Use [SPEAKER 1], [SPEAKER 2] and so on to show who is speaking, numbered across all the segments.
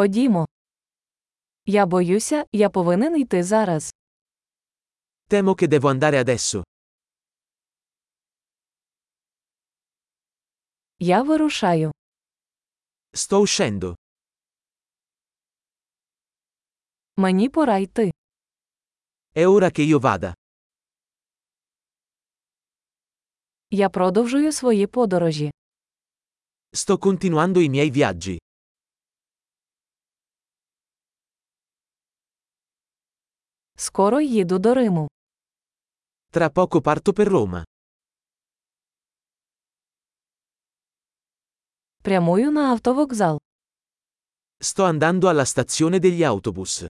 [SPEAKER 1] Ходімо. Я боюся, я повинен йти зараз.
[SPEAKER 2] Temo che devo andare adesso.
[SPEAKER 1] Я вирушаю.
[SPEAKER 2] Sto uscendo.
[SPEAKER 1] Мені пора йти.
[SPEAKER 2] È ora che io vada.
[SPEAKER 1] Я продовжую свої подорожі.
[SPEAKER 2] Sto continuando i miei viaggi.
[SPEAKER 1] Скоро їду до Риму.
[SPEAKER 2] Tra poco parto per Roma.
[SPEAKER 1] Прямую на автовокзал.
[SPEAKER 2] Sto andando alla stazione degli autobus.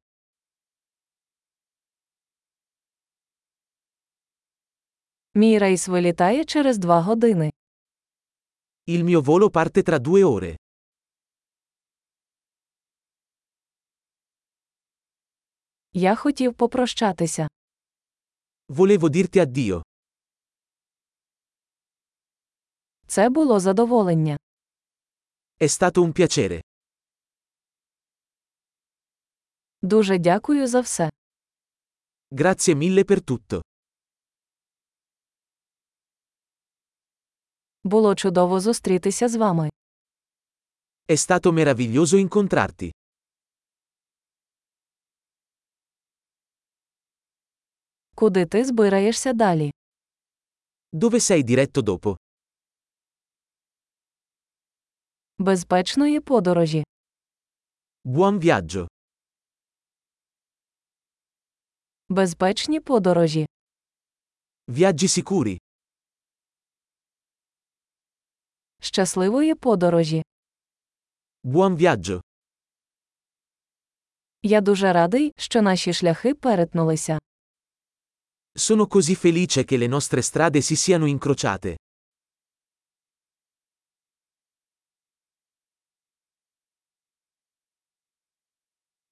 [SPEAKER 1] Мій рейс вилітає через два години.
[SPEAKER 2] Il mio volo parte tra due ore.
[SPEAKER 1] Я хотів попрощатися.
[SPEAKER 2] Volevo dirti addio.
[SPEAKER 1] Це було задоволення.
[SPEAKER 2] È stato un piacere.
[SPEAKER 1] Дуже дякую за все.
[SPEAKER 2] Grazie mille per tutto.
[SPEAKER 1] Було чудово зустрітися з вами.
[SPEAKER 2] È stato meraviglioso incontrarti.
[SPEAKER 1] Куди ти збираєшся далі?
[SPEAKER 2] Dove sei diretto dopo?
[SPEAKER 1] Безпечної подорожі.
[SPEAKER 2] Buon viaggio.
[SPEAKER 1] Безпечні подорожі.
[SPEAKER 2] Viaggi sicuri.
[SPEAKER 1] Щасливої подорожі.
[SPEAKER 2] Buon viaggio.
[SPEAKER 1] Я дуже радий, що наші шляхи перетнулися.
[SPEAKER 2] Sono così felice che le nostre strade si siano incrociate.